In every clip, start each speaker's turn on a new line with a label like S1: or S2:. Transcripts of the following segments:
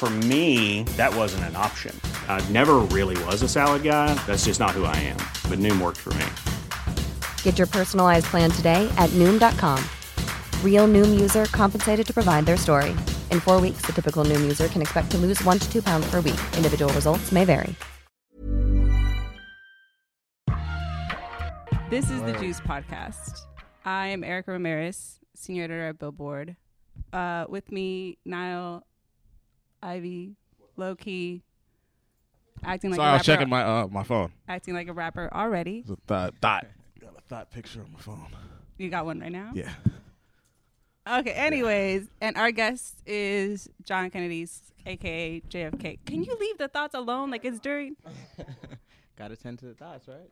S1: For me, that wasn't an option. I never really was a salad guy. That's just not who I am. But Noom worked for me.
S2: Get your personalized plan today at Noom.com. Real Noom user compensated to provide their story. In four weeks, the typical Noom user can expect to lose one to two pounds per week. Individual results may vary.
S3: This is the Juice Podcast. I am Erica Ramirez, senior editor at Billboard. Uh, with me, Niall, Ivy, low key, acting like
S4: Sorry,
S3: a
S4: I
S3: rapper,
S4: was checking my uh my phone.
S3: acting like a rapper already.
S4: It's a thought. Thought. Got a thought picture on my phone.
S3: You got one right now.
S4: Yeah.
S3: Okay. Anyways, and our guest is John Kennedy's, aka JFK. Can you leave the thoughts alone? Like it's during.
S5: Gotta tend to the thoughts, right?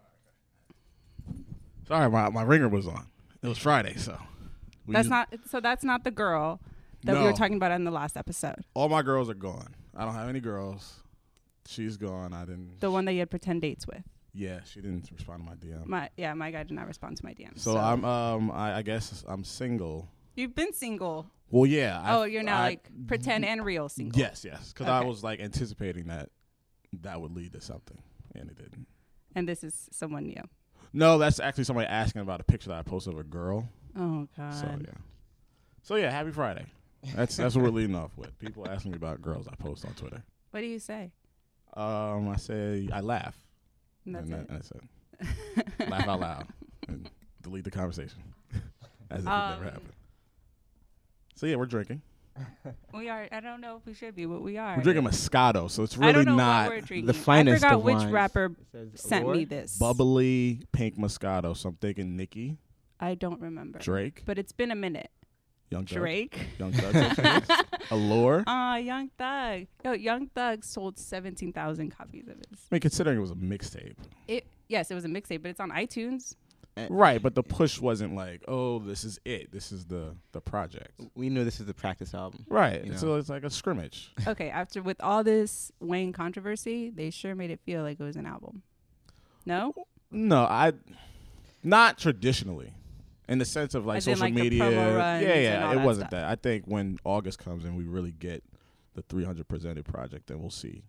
S4: Sorry, my, my ringer was on. It was Friday, so we
S3: That's
S4: just-
S3: not. So that's not the girl that we
S4: No.
S3: were talking about in the last episode.
S4: all my girls are gone. I don't have any girls. She's gone. I didn't.
S3: The one that you had pretend dates with.
S4: yeah, she didn't respond to my DM.
S3: My yeah, my guy did not respond to my DMs.
S4: so, I'm um I, I guess I'm single.
S3: You've been single.
S4: Well, yeah. I-
S3: oh, you're now
S4: I-
S3: like pretend and real single.
S4: Yes, yes. Because I
S3: Okay.
S4: was like anticipating that that would lead to something, and it didn't.
S3: And this is someone new.
S4: No, that's actually somebody asking about a picture that I posted of a girl.
S3: Oh God.
S4: So yeah. So yeah, happy Friday. That's that's what we're leading off with. People asking me about girls I post on Twitter.
S3: What do you say?
S4: Um, I say I laugh.
S3: And that's
S4: and that-
S3: it.
S4: and that's it. laugh out loud and delete the conversation as if it
S3: Um,
S4: never happened. So yeah, we're drinking.
S3: We are. I don't know if we should be, but we are.
S4: We're drinking Moscato, so it's
S3: I
S4: really
S3: don't know
S4: not
S3: what we're drinking.
S5: the finest
S3: I forgot
S5: of
S3: which
S5: wines.
S3: rapper
S5: It says
S3: sent me
S5: Allure?
S3: this.
S4: bubbly pink Moscato. So I'm thinking Nicki,
S3: I don't remember.
S4: Drake,
S3: But it's been a minute.
S4: Young Thug,
S3: Drake.
S4: Young Thug, Allure. I
S3: Ah, Young Thug. Yo, Young Thug sold seventeen thousand copies of his.
S4: mean, considering it was a mixtape,
S3: It yes, it was a mixtape, but it's on iTunes.
S4: right? But the push wasn't like, oh, this is it. This is the the project.
S5: We knew this is the practice album.
S4: Right.
S5: you
S4: So it's like a scrimmage.
S3: Okay, after with all this Wayne controversy, they sure made it feel like it was an album. No,
S4: No, I not traditionally. In the sense of like
S3: As in,
S4: social
S3: like, the
S4: media.
S3: promo
S4: yeah,
S3: runs and
S4: yeah.
S3: all
S4: It
S3: that
S4: wasn't
S3: stuff.
S4: that. I think when August comes and we really get the three hundred presented project, then we'll see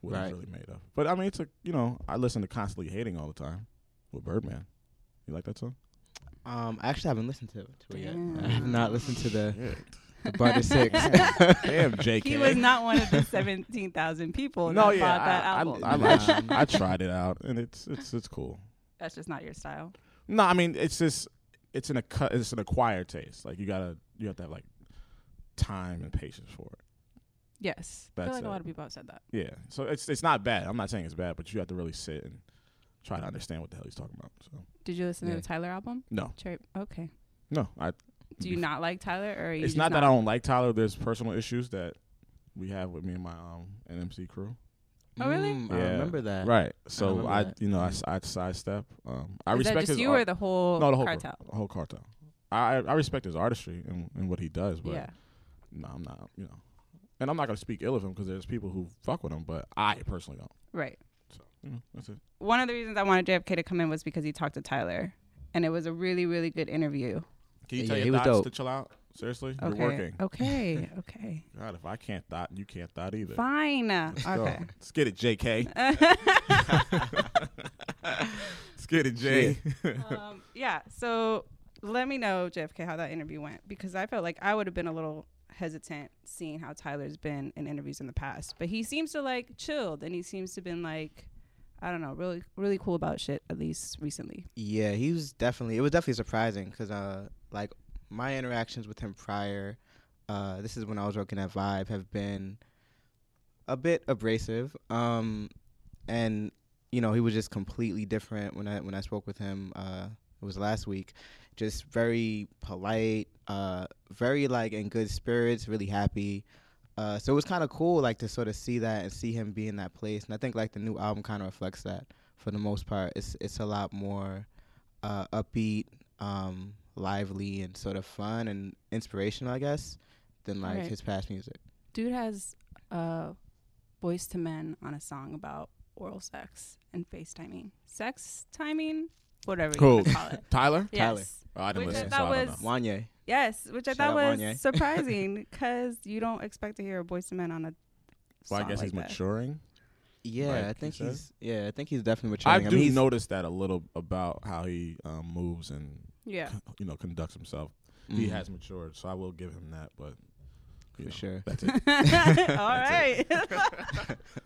S4: what
S5: Right.
S4: it's really made of. But I mean it's a you know, I listen to constantly hating all the time with Birdman. You like that song?
S5: Um, I actually haven't listened to it, to it yet. I have
S3: Damn.
S5: not listened to the, the Barter Six.
S4: Damn JK.
S3: he was not one of the 17,000 people
S4: no,
S3: that
S4: yeah,
S3: bought that
S4: I,
S3: album.
S4: I, I,
S5: like-
S4: I, I tried it out and it's it's it's cool.
S3: That's just not your style.
S4: No, I mean it's just it's an accu- it's an acquired taste. Like you gotta you have to have like time and patience for it.
S3: Yes. I
S4: That's
S3: feel like a
S4: it.
S3: lot of people have said that.
S4: Yeah, so it's it's not bad. I'm not saying it's bad, but you have to really sit and try to understand what the hell he's talking about. So
S3: Did you listen
S5: Yeah.
S3: to the Tyler album?
S4: no,
S3: Cherry. Okay.
S4: no, I.
S3: Do you not like Tyler or are you
S4: Mm. It's
S3: just
S4: not, that I don't like Tyler. There's personal issues that we have with me and my um NMC crew.
S3: Oh, really?
S5: Mm,
S4: Yeah.
S5: I remember that.
S4: Right. So
S5: remember
S4: I,
S5: that.
S4: you know, I, s- I sidestep. Um, I
S3: Is
S4: respect
S3: that just
S4: his
S3: you
S4: art-
S3: or the whole,
S4: no the whole
S3: cartel?
S4: the whole cartel. I I respect his artistry and, and what he does, but
S3: Yeah.
S4: no, I'm not. You know, and I'm not gonna speak ill of him because there's people who fuck with him, but I personally don't.
S3: Right.
S4: So you know, Mm, that's it.
S3: One of the reasons I wanted JFK to come in was because he talked to Tyler and it was a really, really good interview.
S4: Can you
S5: Yeah,
S4: tell
S5: he
S4: your
S5: was
S4: thoughts
S5: dope.
S4: to chill out? Seriously,
S3: Okay. Oh.
S4: you're working.
S3: Okay. Okay.
S4: God, if I can't thought, you can't thought either.
S3: Fine.
S4: Let's go.
S3: okay.
S4: Let's get it, JK. Let's get it, Jay.
S3: um, yeah. So let me know, JFK, how that interview went because I felt like I would have been a little hesitant seeing how Tyler's been in interviews in the past, but he seems to like chilled and he seems to been like, I don't know, really, really cool about shit at least recently.
S5: Yeah, he was definitely. It was definitely surprising because, uh, like my interactions with him prior, uh, this is when I was working at Vibe, have been a bit abrasive. Um, and you know he was just completely different when I when I spoke with him. Uh, it was last week. Just very polite, uh, very like in good spirits, really happy. Uh, so it was kind of cool, like to sort of see that and see him be in that place. And I think like the new album kind of reflects that for the most part. It's it's a lot more uh, upbeat, um, lively, and sort of fun and inspirational, I guess, than like
S3: Right.
S5: his past music.
S3: Dude has uh, Boys to Men on a song about oral sex and FaceTiming. Sex timing? Whatever you
S4: Who?
S3: want to call it.
S4: Tyler?
S5: Tyler.
S3: Yes.
S4: Oh, I didn't
S3: Which
S4: listen,
S3: I
S4: so
S3: thought
S4: I don't
S3: was-
S4: know.
S5: Wanye.
S3: Yes, which I
S5: Shout
S3: thought
S5: out
S3: was
S5: Wanye.
S3: surprising because you don't expect to hear a Boys to Men on a
S4: Well, I
S3: song
S4: guess
S3: like
S4: he's
S3: that.
S4: maturing.
S5: Yeah,
S4: Like
S5: I
S4: he
S5: think
S4: said.
S5: he's yeah, I think he's definitely
S4: I
S5: maturing.
S4: do
S5: mean, he's-
S4: notice that a little about how he um, moves and
S3: Yeah.
S4: you know conducts himself. He
S5: Mhm.
S4: has matured, so I will give him that. But you know,
S5: for sure.
S4: that's it.
S3: All right.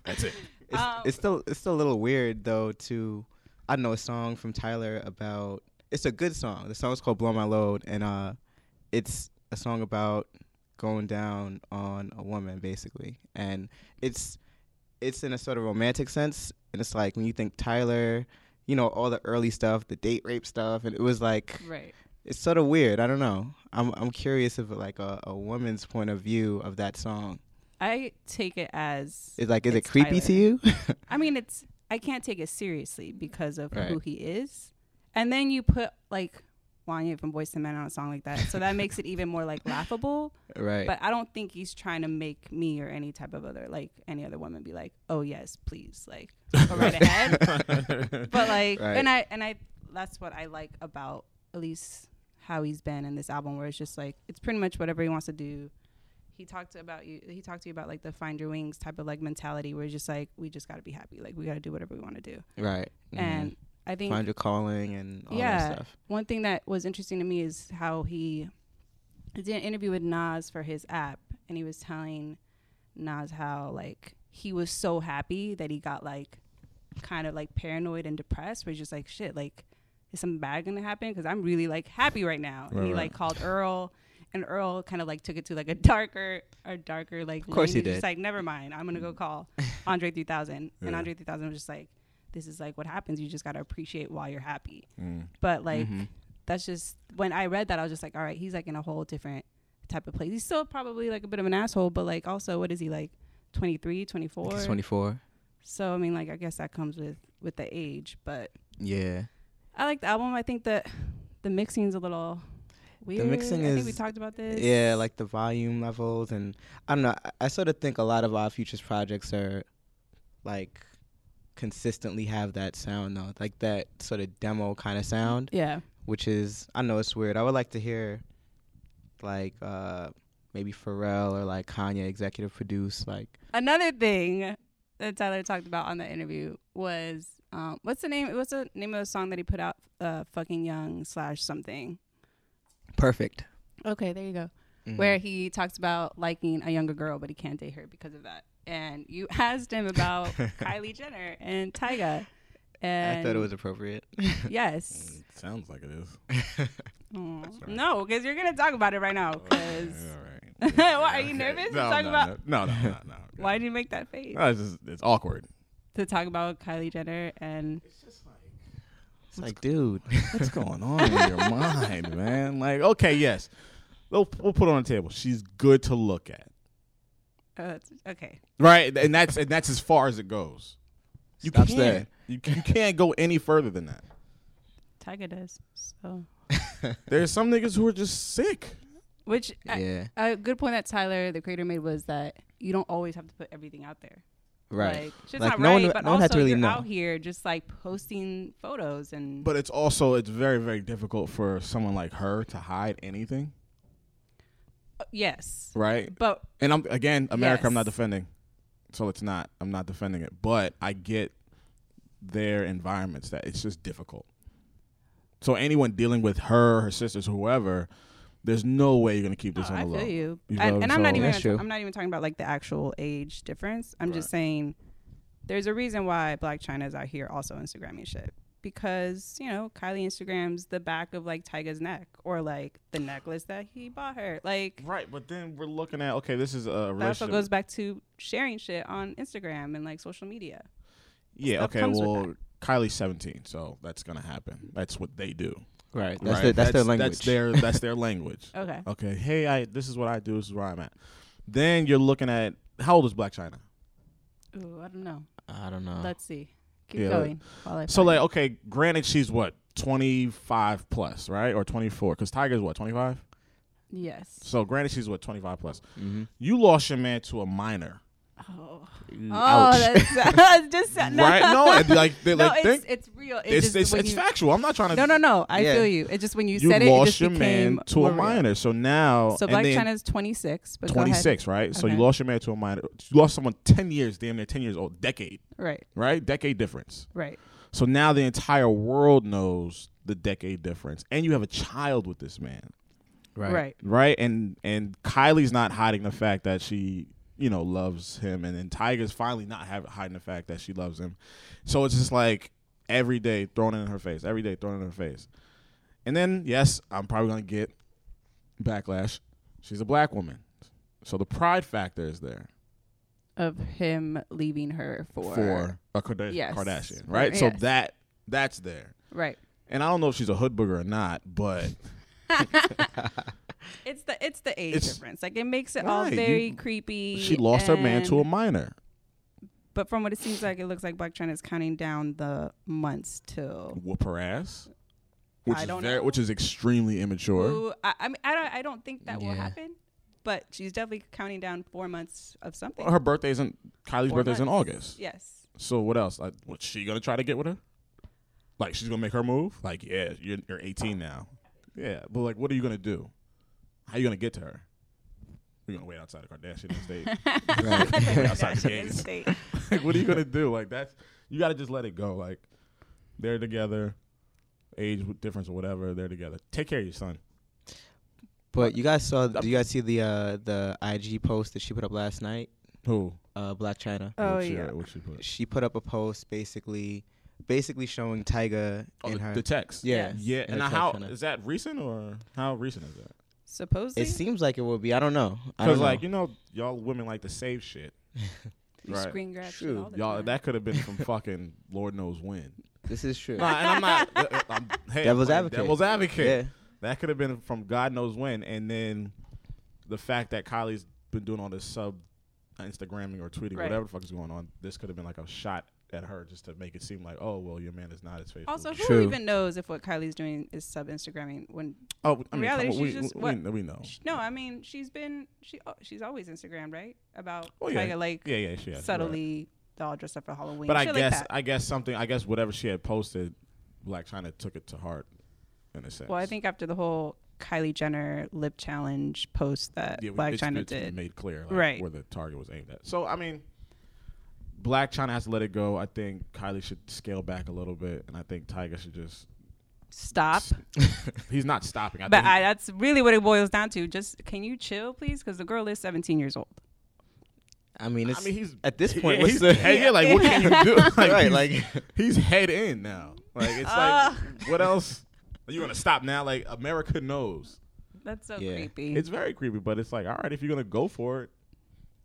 S4: That's it.
S5: It's,
S3: Um,
S5: it's still it's still a little weird though to I know a song from Tyler about it's a good song. The song's called Blow My Load and uh it's a song about going down on a woman basically. And it's it's in a sort of romantic sense and it's like when you think Tyler, you know, all the early stuff, the date rape stuff and it was like
S3: right.
S5: it's sort of weird. I don't know. I'm I'm curious if like a, a woman's point of view of that song
S3: I take it as
S5: is like is
S3: It's
S5: it creepy to
S3: Tyler.
S5: you?
S3: I mean, it's I can't take it seriously because of
S5: Right.
S3: who he is. And then you put like Wanya from Boys to Men on a song like that, so that makes it even more like laughable.
S5: right.
S3: But I don't think he's trying to make me or any type of other like any other woman be like, oh yes, please, like go right ahead. but like,
S5: Right.
S3: and I and I that's what I like about at least how he's been in this album, where it's just like it's pretty much whatever he wants to do. He talked about you. He talked to you about like the find your wings type of like mentality, where it's just like we just got to be happy, like we got to do whatever we want to do.
S5: Right.
S3: And I
S5: Mhm.
S3: think
S5: find your calling and all that stuff.
S3: one thing that was interesting to me is how he did an interview with Nas for his app, and he was telling Nas how like he was so happy that he got like kind of like paranoid and depressed, where he's just like, shit, like is something bad gonna happen? Because I'm really like happy right now. and he like called Earl. And Earl kind of like took it to like a darker, a darker like. Of
S5: course he
S3: Just
S5: did.
S3: like, never mind. I'm gonna go call Andre 3000, and Andre 3000 was just like, this is like what happens. You just gotta appreciate while you're happy.
S4: Mm.
S3: But like,
S5: Mm-hmm.
S3: that's just when I read that, I was just like, all right, he's like in a whole different type of place. He's still probably like a bit of an asshole, but like also, what is he like? 23, 24?
S5: He's 24.
S3: So I mean, like I guess that comes with with the age, but
S5: Yeah.
S3: I like the album. I think that the mixing's a little weird.
S5: mixing
S3: I think
S5: is-
S3: we talked about this.
S5: Yeah, like the volume levels and I don't know. I, I sort of think a lot of our futures projects are like consistently have that sound though, like that sort of demo kind of sound,
S3: yeah,
S5: which is I know it's weird. I would like to hear like uh maybe Pharrell or like Kanye executive produce like
S3: another thing that Tyler talked about on the interview was um, what's the name? What's the name of the song that he put out? Uh, fucking young slash something.
S5: perfect.
S3: Okay, there you go. Where he talks about liking a younger girl, but he can't date her because of that. And you asked him about Kylie Jenner and Tyga. And
S5: I thought it was appropriate.
S3: yes.
S4: Sounds like it is.
S3: No, No, because you're gonna talk about it right now. Because
S4: All right.
S3: why are you nervous to
S4: No,
S3: talk
S4: no,
S3: about?
S4: no, no, no, no. no.
S3: Why did you make that face
S4: No, it's, just, it's awkward.
S3: to talk about Kylie Jenner and
S5: It's like, dude,
S4: What's going on in your mind, man? Like, okay, yes, we'll, we'll put it on the table. She's good to look at,
S3: uh, it's- okay?
S4: right? And that's and that's as far as it goes. You
S5: Stops
S4: can't
S5: there.
S4: You, you can't go any further than that.
S3: Tyga does so.
S4: There's some niggas who are just sick.
S3: Which a
S5: yeah,
S3: a good point that Tyler, the creator, made was that you don't always have to put everything out there.
S5: right.
S3: Like, just
S5: Like,
S3: not
S5: no
S3: right,
S5: one-
S3: but
S5: no
S3: also
S5: one had to really
S3: you're
S5: know.
S3: out here just like posting photos and
S4: But it's also it's very very difficult for someone like her to hide anything,
S3: yes.
S4: right?
S3: But
S4: And I'm again America. I'm not
S3: Yes.
S4: defending, so it's not. I'm not defending it, but I get their environments that it's just difficult. So anyone dealing with her, her sisters, whoever, there's no way you're gonna keep this
S3: No,
S4: on the
S3: Oh, I
S4: low.
S3: feel you,
S4: know
S3: and,
S4: what
S3: and I'm not
S4: saying?
S3: even
S5: That's true.
S3: I'm not even talking about like the actual age difference. I'm just saying there's a reason why Black China is out here also Instagramming shit because you know Kylie Instagrams the back of like Tyga's neck or like the necklace that he bought her. Like
S4: right. But then we're looking at okay, this is a
S3: that also
S4: relationship.
S3: goes back to sharing shit on Instagram and like social media.
S4: Yeah.
S3: Stuff
S4: Okay.
S3: comes with
S4: Well, Kylie's 17, so that's gonna happen. That's what they do.
S5: Right. That's,
S4: right?
S5: Their, that's, their language.
S4: That's their that's their language.
S3: Okay.
S4: Okay. Hey, I this is what I do. This is where I'm at. Then you're looking at how old is Black China?
S5: Uh,
S3: Ooh, I don't know.
S5: I don't know.
S3: Let's see. Keep
S4: Yeah, like-
S3: going. while I
S4: So
S3: find-
S4: like, okay, granted she's what 25 plus, right, or 24? Because Tiger's what 25.
S3: yes.
S4: So granted she's what 25 plus. You lost your man to a minor,
S3: Mm-hmm. Oh,
S5: Mm,
S3: oh,
S5: ouch.
S3: that's just no.
S4: right? No, and, like they,
S3: no,
S4: like
S3: it's
S4: think
S3: it's real. It
S4: it's
S3: just,
S4: it's, it's,
S3: when you-
S4: factual. I'm not trying to.
S3: No, no, no. I
S5: Yeah.
S3: feel you. It just when you,
S4: You
S3: said it, it
S4: lost
S3: just
S4: your
S3: became
S4: man to a
S3: more real.
S4: minor, so now
S3: So
S4: and
S3: Black
S4: then-
S3: China is 26, but go ahead.
S4: 26, right? So you
S3: Okay.
S4: lost your man to a minor. You lost someone 10 years, damn near 10 years old, decade,
S3: Right,
S4: right? Decade difference.
S3: right.
S4: So now the entire world knows the decade difference, and you have a child with this man,
S3: Right.
S4: right? And and Kylie's not hiding the fact that she, you know, loves him, and then Tiger's finally not have, hiding the fact that she loves him. So it's just like every day thrown in her face, every day thrown in her face. And then yes, I'm probably gonna get backlash. She's a black woman, so the pride factor is there
S3: Of him leaving her for,
S4: for a Karda-
S3: Yes.
S4: Kardashian, right?
S3: Yes.
S4: So that that's there.
S3: right.
S4: And I don't know if she's a hood booger or not, but
S3: It's the it's the age
S4: It's-
S3: difference. Like it makes it all
S4: Right, you-
S3: very creepy.
S4: she lost her man to a
S3: and-
S4: minor.
S3: But from what it seems like, it looks like Black China is counting down the months till.
S4: Whoop her ass, which
S3: I
S4: is
S3: don't
S4: very,
S3: know.
S4: which is extremely immature.
S3: Ooh, I, I mean, I don't I don't think that will
S5: Yeah.
S3: happen. But she's definitely counting down four months of something.
S4: Her birthday isn't Kylie's
S3: Four
S4: birthday is in
S3: months.
S4: August.
S3: Yes.
S4: So what else? Like, what's she gonna try to get with her? Like she's gonna make her move? Like yeah, you're you're 18 now. Yeah, but like, what are you gonna do? How you gonna get to her? We're gonna wait outside the Kardashian estate. Wait outside the gate.
S3: State.
S4: like what are you gonna do like that's you gotta just let it go like they're together age difference or whatever they're together take care of your son
S5: But you guys saw? Do you guys see the uh, the IG post that she put up last night?
S4: who
S5: Uh, Black China.
S3: Oh
S4: What she-
S3: yeah.
S4: what she put
S5: She put up a post basically, basically showing Tyga
S4: oh,
S5: in
S4: the,
S5: her.
S4: the text
S5: yeah.
S3: Yes.
S4: yeah
S5: in
S4: and
S5: her
S4: now how
S5: caption.
S4: is that recent or how recent is that
S3: Supposedly.
S5: It seems like it would be. I don't know. I
S4: because
S5: don't
S4: like
S5: know.
S4: you know y'all women like to save shit
S3: You
S4: right
S3: screen grab shit all the
S4: y'all
S3: time.
S4: that could have been from fucking lord knows when
S5: this is true.
S4: Nah, and i'm not uh, uh, I'm, hey,
S5: Devil's
S4: I'm playing
S5: advocate.
S4: devil's advocate
S5: yeah.
S4: That could have been from God knows when. And then the fact that Kylie's been doing all this sub Instagramming or tweeting,
S3: Right.
S4: whatever the fuck is going on, this could have been like a shot at her just to make it seem like, oh, well, your man is not as faithful.
S3: Also, who
S5: True.
S3: even knows if what Kylie's doing is sub Instagramming? When
S4: oh, I
S3: in
S4: mean,
S3: reality,
S4: come on, we,
S3: she's just-
S4: we-
S3: what-
S4: we- we know.
S3: sh- no, I mean she's been she oh, she's always Instagram right about
S4: Oh,
S3: Tyga
S4: yeah.
S3: like
S4: Yeah, yeah, she has. right.
S3: subtly all dressed up for Halloween.
S4: But I
S3: shit
S4: guess,
S3: like that.
S4: I guess something, I guess whatever she had posted, Black China took it to heart in a sense.
S3: well, I think after the whole Kylie Jenner lip challenge post that
S4: yeah, we-
S3: Black
S4: it's-
S3: China
S4: it's
S3: did,
S4: made clear like,
S3: Right.
S4: where the target was aimed at. So I mean, Black China has to let it go. I think Kylie should scale back a little bit, and I think Tiger should just.
S3: stop.
S4: He's not stopping. I
S3: But
S4: think
S3: I, that's really what it boils down to. Just can you chill, please? Because the girl is 17 years old.
S5: I mean,
S4: I
S5: it's,
S4: mean, he's
S5: at this point.
S4: Yeah,
S5: what's
S4: he's,
S5: the,
S4: hey, yeah, like what can you do? Like,
S5: right,
S4: he's,
S5: like
S4: he's head in now. Like it's
S3: Ah.
S4: like what else? Are you gonna stop now? Like America knows.
S3: That's so
S5: Yeah.
S3: creepy.
S4: It's very creepy, but it's like all right, if you're gonna go for it.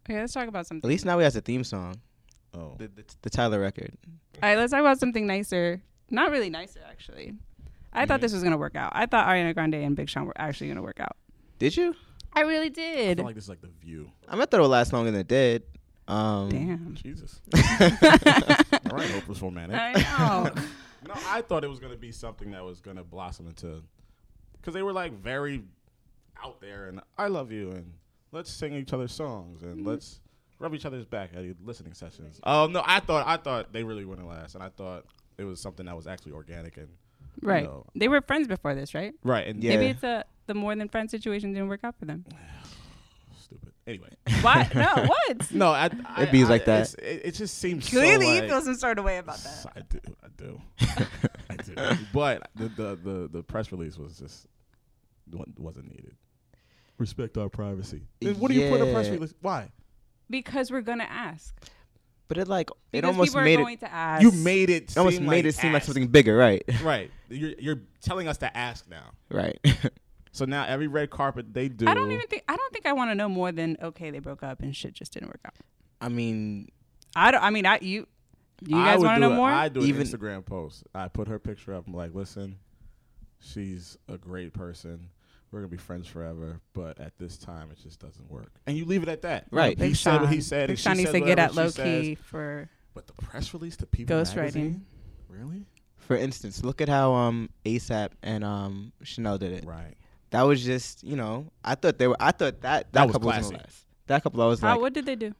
S3: okay, let's talk about something.
S5: at least now he has a theme song.
S4: Oh,
S5: The, the, the Tyler record.
S3: All right, let's talk about something nicer. Not really nicer, actually. I thought this was gonna work out. I thought Ariana Grande and Big Sean were actually gonna work out.
S5: Did you?
S3: I really
S4: I
S3: did.
S4: feel like this is like the View.
S5: I mean, I thought it would last longer than it did. Um,
S3: Damn.
S4: Jesus. all right, hopeless romantic.
S3: I know.
S4: No, I thought it was gonna be something that was gonna blossom into, because they were like very out there and I love you and let's sing each other's songs and let's rub each other's back at e-, listening sessions. Oh no, I thought I thought they really wouldn't last, and I thought it was something that was actually organic and
S3: right.
S4: No.
S3: They were friends before this, right?
S4: right and
S5: Yeah.
S3: Maybe it's a the more than friends situation didn't work out for them.
S4: stupid. Anyway,
S3: Why? No. What?
S4: no, I, I,
S5: It be
S4: I-
S5: like that.
S4: it's- It, it just seems
S3: Clearly,
S4: so,
S3: you
S4: like-
S3: feel some sort of way about that.
S4: I do, I do, I do. But the, the the the press release was just wa- wasn't needed. Respect our privacy. Then what do you put in a press
S5: Yeah.
S4: release? Why?
S3: Because we're gonna ask.
S5: But it like it
S3: Because
S5: almost
S3: people are
S5: made it.
S3: going to ask.
S4: You made it.
S5: It almost
S4: seem like
S5: made it seem like
S4: ask.
S5: something bigger, right?
S4: Right. You're you're telling us to ask now.
S5: right.
S4: So now every red carpet they do.
S3: I don't even think. I don't think I want to know more than okay, they broke up and shit just didn't work out.
S5: I mean,
S3: I don't. I mean, I you. You
S4: I
S3: guys
S4: would
S3: want to
S4: do
S3: know
S4: a-
S3: more?
S4: I do an
S5: Even-
S4: Instagram post. I put her picture up. I'm like, listen, she's a great person. We're gonna be friends forever, but at this time, it just doesn't work. And you leave it at that.
S5: Right.
S4: He
S3: Big
S4: said what
S3: Sean.
S4: he said.
S3: Big
S4: and she
S3: Sean needs
S4: said
S3: to get
S4: whatever
S3: at
S4: she
S3: low
S4: says.
S3: key for
S4: But the press release to People
S3: Ghostwriting.
S4: magazine? Really?
S5: For instance, look at how um ASAP and um Chanel did it.
S4: Right.
S5: That was just you know I thought they were I thought that that,
S4: That was
S5: couple was gonna
S4: classy.
S5: last. That couple I was
S3: how.
S5: like
S3: what did they do?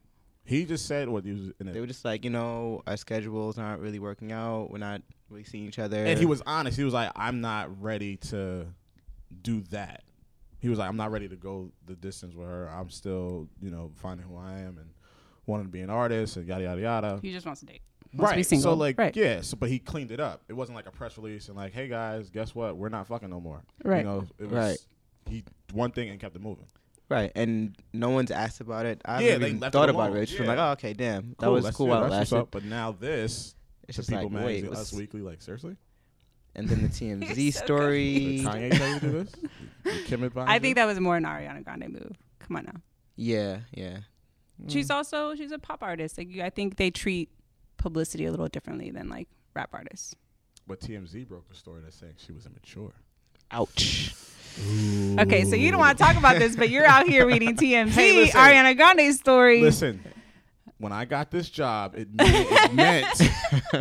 S4: He just said what he was in
S5: they
S4: it.
S5: were just like you know our schedules aren't really working out. We're not really seeing each other.
S4: And he was honest. He was like, I'm not ready to do that. He was like, I'm not ready to go the distance with her. I'm still, you know, finding who I am and wanting to be an artist and yada yada yada.
S3: He just wants to date. Wants
S4: right.
S3: To be single.
S4: So like,
S3: right.
S4: yeah. So, but he cleaned it up. It wasn't like a press release and like, hey guys, guess what? We're not fucking no more. You
S3: Right.
S4: know, it was
S5: Right.
S4: he one thing and kept it moving.
S5: right, and no one's asked about it. I
S4: Yeah,
S5: haven't
S4: they
S5: even
S4: left
S5: thought
S4: it
S5: about
S4: alone.
S5: it. It's just
S4: Yeah.
S5: like oh okay damn that
S4: Cool,
S5: was
S4: that's-
S5: cool
S4: yeah,
S5: while it
S4: that's what's
S5: lasted.
S4: up. But now this,
S5: It's
S4: to
S5: just like,
S4: People
S5: wait,
S4: Magazine,
S5: what's-
S4: Us Weekly, like seriously,
S5: And then the TMZ story.
S4: Did Kanye tell you to do this? Did Kim advise
S3: I
S4: you?
S3: think that was more an Ariana Grande move. Come on now.
S5: Yeah, yeah.
S4: Mm.
S3: She's also she's a pop artist. Like you- I think they treat publicity a little differently than like rap artists.
S4: But TMZ broke the story that's saying she was immature.
S5: Ouch.
S3: Okay, so you don't want to talk about this, but you're out here reading TMZ,
S4: Hey, listen.
S3: Ariana Grande's story.
S4: Listen, when I got this job, it, me- it meant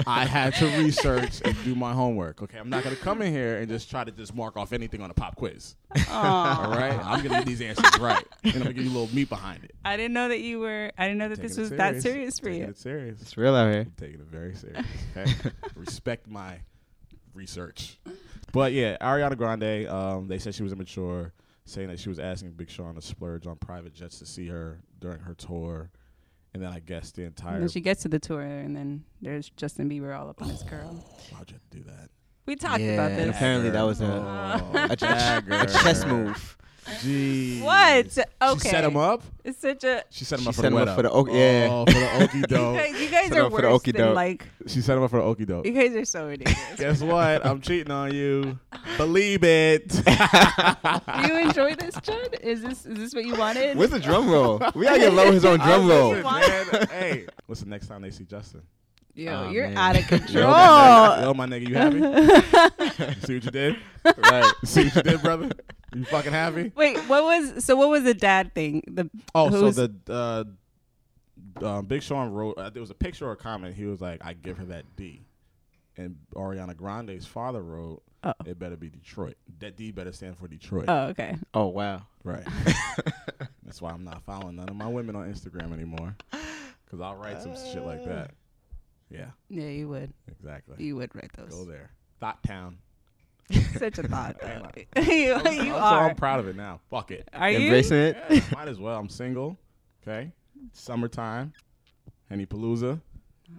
S4: I had to research and do my homework. Okay, I'm not gonna come in here and just try to just mark off anything on a pop quiz. All right, I'm gonna get these answers right, and I'm gonna give you a little meat behind it.
S3: I didn't know that you were. I didn't know that this was that serious for
S4: Taking
S3: you.
S4: It serious.
S5: It's real out here.
S4: taking it very serious. Okay? Respect my research. But yeah, Ariana Grande, um, they said she was immature, saying that she was asking Big Sean to splurge on private jets to see her during her tour. And then I guess the entire.
S3: And then she gets to the tour, and then there's Justin Bieber all up on this girl.
S4: How'd you have to do that?
S3: We talked
S5: Yeah,
S3: about
S5: and
S3: this.
S5: apparently that was a,
S4: Oh,
S5: a, chess, a chess move.
S4: Jeez.
S3: What?
S4: She
S3: Okay.
S4: set him up?
S3: It's such a.
S4: She set him
S5: She
S4: up for
S5: set
S4: the
S5: him up
S4: wet
S5: for the ok- yeah.
S4: Oh, for the okie
S3: You
S4: doke.
S3: guys, you guys
S5: Set
S3: are
S5: up for the
S3: worse
S5: okey
S3: than
S5: doke.
S3: like.
S4: she set him up for the okie doke.
S3: You guys are so ridiculous.
S4: Guess what? I'm cheating on you. Believe it.
S3: Do you enjoy this, Chud? Is this is this what you wanted?
S5: Where's the drum roll? We gotta get low his own drum roll.
S4: Listen, man, hey, listen. Next time they see Justin,
S3: Yo,
S5: Aw,
S3: you're
S5: man.
S3: out of
S4: yo,
S3: control.
S4: my nigga, yo, Oh, my nigga, you happy? you see what you did? Right. See what you did, brother? You fucking happy?
S3: Wait, what was so? What was the dad thing? The
S4: Oh,
S3: who's-
S4: so the uh, um, Big Sean wrote. Uh, there was a picture or a comment. He was like, "I give her that D," and Ariana Grande's father wrote, "It better be Detroit. That D better stand for Detroit."
S3: oh okay.
S5: Oh wow.
S4: Right. That's why I'm not following none of my women on Instagram anymore, because I'll write some shit like that. Yeah,
S3: Yeah, you would
S4: exactly.
S3: you would write
S4: Go
S3: those.
S4: there. Thought Town.
S3: Such a thought. though. you you
S4: so
S3: are.
S4: I'm proud of it now. Fuck it.
S3: Are you?
S5: Embracing it.
S4: Yeah, might as well. I'm single. Okay. Summertime. Henny Palooza.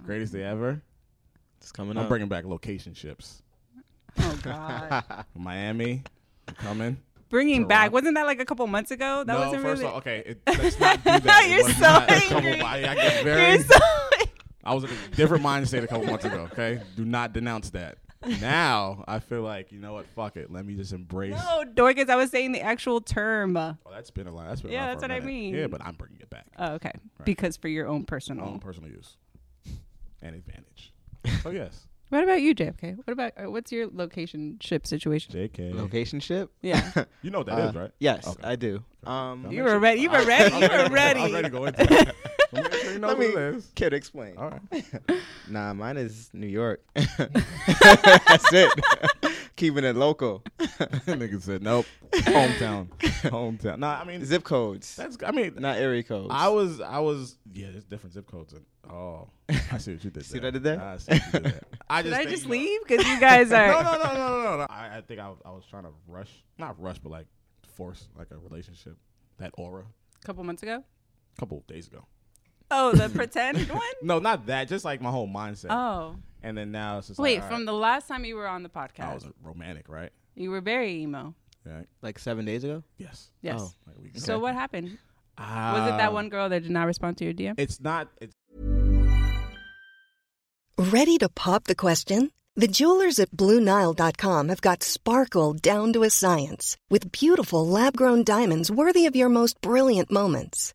S4: Greatest day ever.
S5: It's coming
S4: I'm
S5: up.
S4: bringing back location ships.
S3: Oh God.
S4: Miami. I'm coming.
S3: Bringing back wasn't that like a couple months ago? That
S4: no,
S3: wasn't
S4: first
S3: really.
S4: off, okay. It, let's not do that. It
S3: You're
S4: was
S3: so
S4: not a couple-
S3: angry.
S4: I, I get very.
S3: You're so.
S4: I was in a different mind state a couple months ago. Okay. Do not denounce that. Now I feel like you know what? Fuck it. Let me just embrace.
S3: no, Dorcas. I was saying the actual term. Oh,
S4: Oh, that's been a lot. That's been
S3: Yeah,
S4: around
S3: that's
S4: for a
S3: what I
S4: minute.
S3: mean.
S4: Yeah, but I'm bringing it back.
S3: okay. Because for your own
S4: My
S3: personal.
S4: own personal use and advantage. So yes,
S3: What about you, JFK? What about uh, what's your location ship situation?
S4: J.K.
S5: Location ship.
S3: Yeah.
S4: You know what that is,
S5: Uh,
S4: right?
S5: Yes,
S4: Okay.
S5: I do. Um,
S3: You were ready. You were ready. You were
S4: I'm
S3: ready.
S4: ready to go into it. I'm making sure you know
S5: let
S4: who
S5: me
S4: it is.
S5: kid explain.
S4: All right.
S5: Nah, mine is New York. That's it. Keeping it local.
S4: Nigga said nope. Hometown. Hometown. Nah, I mean
S5: Zip codes,
S4: that's. I mean,
S5: not area codes.
S4: I was. I was. Yeah, there's different zip codes. And, oh, I see what you did.
S5: See what
S4: there.
S5: I did there?
S4: I see what you did there. I
S3: Did
S4: just.
S3: I
S4: think,
S3: just
S4: you know-
S3: leave? Because you guys are.
S4: No, no, no, no, no, no, no. I, I think I, was- I was trying to rush, not rush, but like force like a relationship, that aura. A
S3: couple months ago.
S4: couple of days ago.
S3: Oh, the pretend one.
S4: No, not that. Just like my whole mindset.
S3: Oh,
S4: And then now it's just
S3: wait!
S4: Like, all
S3: from
S4: right,
S3: the last time you were on the
S4: I
S3: podcast,
S4: was romantic, right?
S3: you were very emo.
S4: Right.
S5: like seven days ago.
S4: Yes.
S3: Yes.
S5: Oh.
S4: Like we
S3: So
S4: okay.
S3: what happened?
S4: Ah.
S3: Was it that one girl that did not respond to your DM?
S4: It's not. It's
S6: Ready to pop the question? The jewelers at BlueNile.com have got sparkle down to a science with beautiful lab grown diamonds worthy of your most brilliant moments.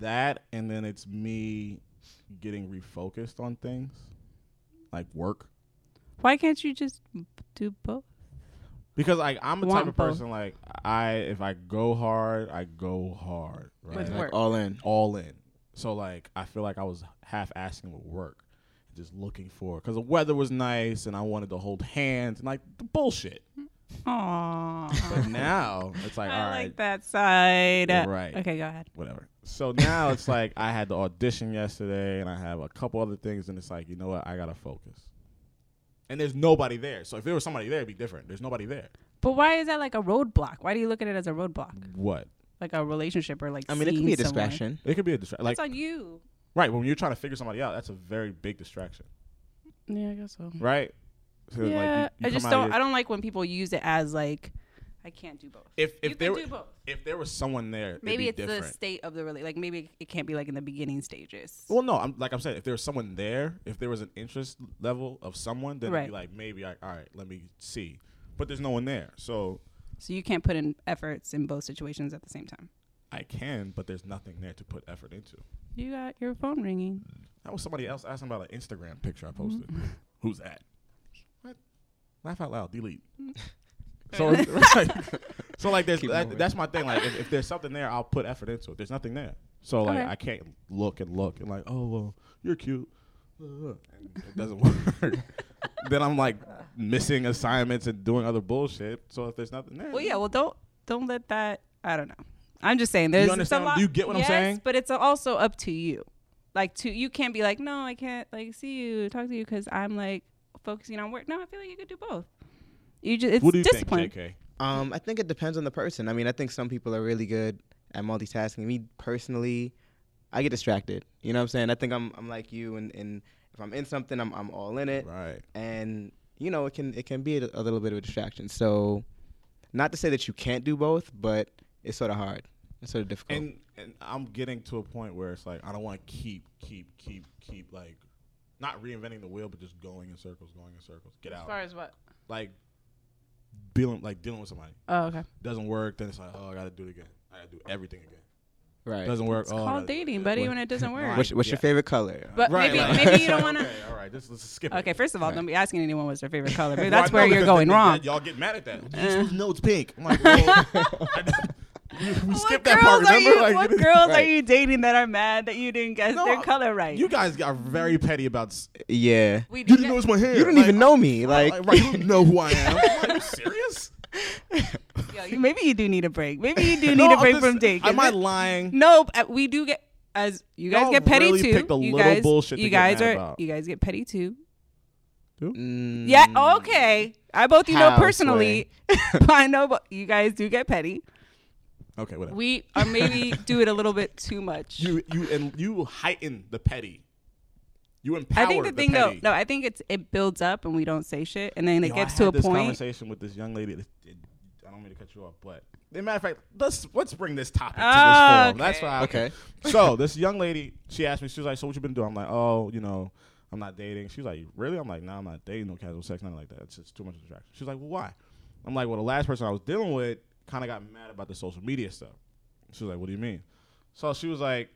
S4: that and then it's me getting refocused on things like work
S3: Why can't you just do both?
S4: because like I'm the type of
S3: Wampo.
S4: person like I if I go hard I go hard right
S3: With
S4: Like,
S3: work.
S5: all in.
S4: all in so like I feel like I was half asking with work just looking for because the weather was nice and I wanted to hold hands and like the bullshit
S3: Aww.
S4: but now it's like all
S3: I
S4: right
S3: like that side.
S4: You're right.
S3: Okay, go ahead.
S4: whatever. So now it's like I had the audition yesterday and I have a couple other things and it's like, you know what, I gotta focus. And there's nobody there. So if there was somebody there, it'd be different. There's nobody there.
S3: But why is that like a roadblock? Why do you look at it as a roadblock?
S4: What?
S3: Like a relationship or like
S5: I mean, it could
S3: seeing
S5: be a
S3: someone.
S5: distraction.
S4: It could be a distraction. Like
S3: It's on you.
S4: right, when you're trying to figure somebody out, that's a very big distraction.
S3: Yeah, I guess so.
S4: Right? So, like, you-
S3: Mm-hmm. Yeah,
S4: you
S3: I just
S4: come out of
S3: don't.
S4: your-
S3: I don't like when people use it as like, I can't do both.
S4: if if
S3: you
S4: there
S3: can
S4: were-
S3: do both.
S4: if there was someone there, it'd
S3: Maybe
S4: be
S3: it's the
S4: different.
S3: state of the really like maybe it can't be like in the beginning stages.
S4: Well, no, I'm like I'm saying, if there was someone there, if there was an interest level of someone, then it'd be
S3: Right.
S4: like maybe like, all right, let me see. But there's no one there, so
S3: So you can't put in efforts in both situations at the same time.
S4: I can, but there's nothing there to put effort into.
S3: You got your phone ringing.
S4: That was somebody else asking about an Instagram picture I posted.
S3: Mm-hmm.
S4: Who's that? What? Laugh out loud. Delete. so, so like, there's
S5: Keep
S4: that,
S5: moving.
S4: that's my thing. Like, if, if there's something there, I'll put effort into it. There's nothing there, so like,
S3: Okay.
S4: I can't look and look and like, oh well, you're cute. Uh, It doesn't work. then I'm like missing assignments and doing other bullshit. So if there's nothing there,
S3: Well, yeah. Well, don't don't let that. I don't know. I'm just saying.
S4: you
S3: There's
S4: understand
S3: A
S4: what-
S3: lot,
S4: do you get what I'm
S3: yes,
S4: saying?
S3: But it's also up to you. Like to you can't be like, no, I can't like see you, talk to you because I'm like focusing on work. No, I feel like you could do both. You just it's
S4: what do you
S3: discipline.
S4: think, JK?
S5: Um, I think it depends on the person. I mean, I think some people are really good at multitasking. Me personally, I get distracted. You know what I'm saying? I think I'm I'm like you, and, and if I'm in something, I'm I'm all in it.
S4: Right.
S5: And you know, it can it can be a, a little bit of a distraction. So, not to say that you can't do both, but it's sort of hard. It's sort of difficult.
S4: and and I'm getting to a point where it's like I don't want to keep keep keep keep like not reinventing the wheel, but just going in circles, going in circles. Get out.
S3: As far as what?
S4: like dealing like dealing with somebody
S3: Oh, okay.
S4: doesn't work. Then it's like oh I gotta do it again. I gotta do everything again.
S5: right.
S4: Doesn't work.
S3: It's
S4: oh, I
S3: called
S4: gotta-
S3: dating, buddy. When it doesn't work.
S5: What's, what's your
S4: Yeah.
S5: favorite color?
S3: but
S4: Right,
S3: maybe
S4: like-
S3: maybe you don't want to.
S4: Okay, all right, just, let's skip it.
S3: Okay, first of all, don't be asking anyone what's their favorite color. Maybe
S4: Well, I
S3: that's
S4: know
S3: where you're
S4: because
S3: going
S4: they-
S3: wrong.
S4: they- Y'all get mad at that. no, it's pink. I'm like, well, we skipped that part.
S3: girls are
S4: Remember?
S3: you?
S4: Like,
S3: what girls are
S5: Right.
S3: you dating that are mad that you didn't guess
S4: No,
S3: their color right?
S4: You guys are very petty about. s-
S5: Yeah.
S3: we
S4: You didn't know it's my hair.
S5: You don't
S4: Like,
S5: even know me. Like,
S4: Like, right, you don't know who I am. Are you serious?
S3: Yo, you- maybe you do need a break. Maybe you do need
S4: No,
S3: a break
S4: I'm
S3: from
S4: just-
S3: dating.
S4: Am I lying?
S3: No, uh, we do get as you guys
S4: Y'all
S3: get petty
S4: really
S3: too.
S4: picked a
S3: you
S4: little
S3: guys,
S4: bullshit to
S3: you
S4: get
S3: guys
S4: mad
S3: are
S4: about.
S3: you guys get petty too.
S5: mm,
S3: Yeah. Okay. I both you know
S5: How,
S3: personally. I know, but you guys do get petty.
S4: Okay, whatever.
S3: We or maybe do it a little bit too much.
S4: you you and you heighten the petty. You empower.
S3: I think the thing
S4: petty.
S3: though, no, I think it's it builds up and we don't say shit, and then it
S4: Yo,
S3: gets
S4: I
S3: to
S4: had
S3: a
S4: this
S3: point.
S4: Conversation with this young lady. that- it- I don't mean to cut you off, but as a matter of fact, let's let's bring this topic to this
S3: Ah,
S4: forum. That's
S3: okay.
S4: why. I-
S5: Okay.
S4: so this young lady, she asked me. She was like, "So what you been doing?" I'm like, "Oh, you know, I'm not dating." She was like, "Really?" I'm like, "Nah, I'm not dating. No casual sex, nothing like that. It's just too much of a distraction." She was like, "Well, why?" I'm like, "Well, the last person I was dealing with kind of got mad about the social media stuff." She was like, "What do you mean?" So she was like,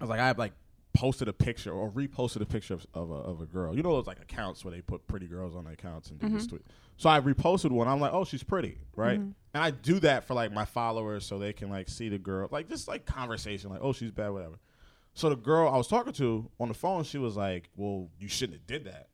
S4: I was like, I like posted a picture or reposted a picture of, of, a, of a girl. You know those like accounts where they put pretty girls on the accounts and do this tweet. So I reposted one. I'm like, oh, she's pretty, right? And I do that for like my followers so they can like see the girl, like just like conversation, like oh, she's bad, whatever. So the girl I was talking to on the phone, she was like, well, you shouldn't have did that.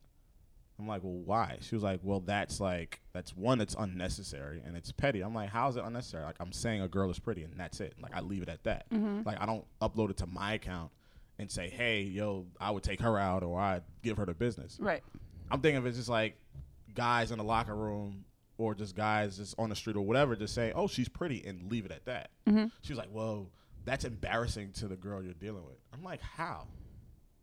S4: I'm like, well, why? She was like, well, that's like, that's one, that's unnecessary and it's petty. I'm like, how is it unnecessary? Like, I'm saying a girl is pretty and that's it. Like, I leave it at that. Like, I don't upload it to my account and say, hey, yo, I would take her out or I'd give her the business.
S3: Right.
S4: I'm thinking if it's just like guys in the locker room or just guys just on the street or whatever, just saying, "Oh, she's pretty," and leave it at that.
S3: Mm-hmm.
S4: She was like, "Whoa, that's embarrassing to the girl you're dealing with." I'm like, "How?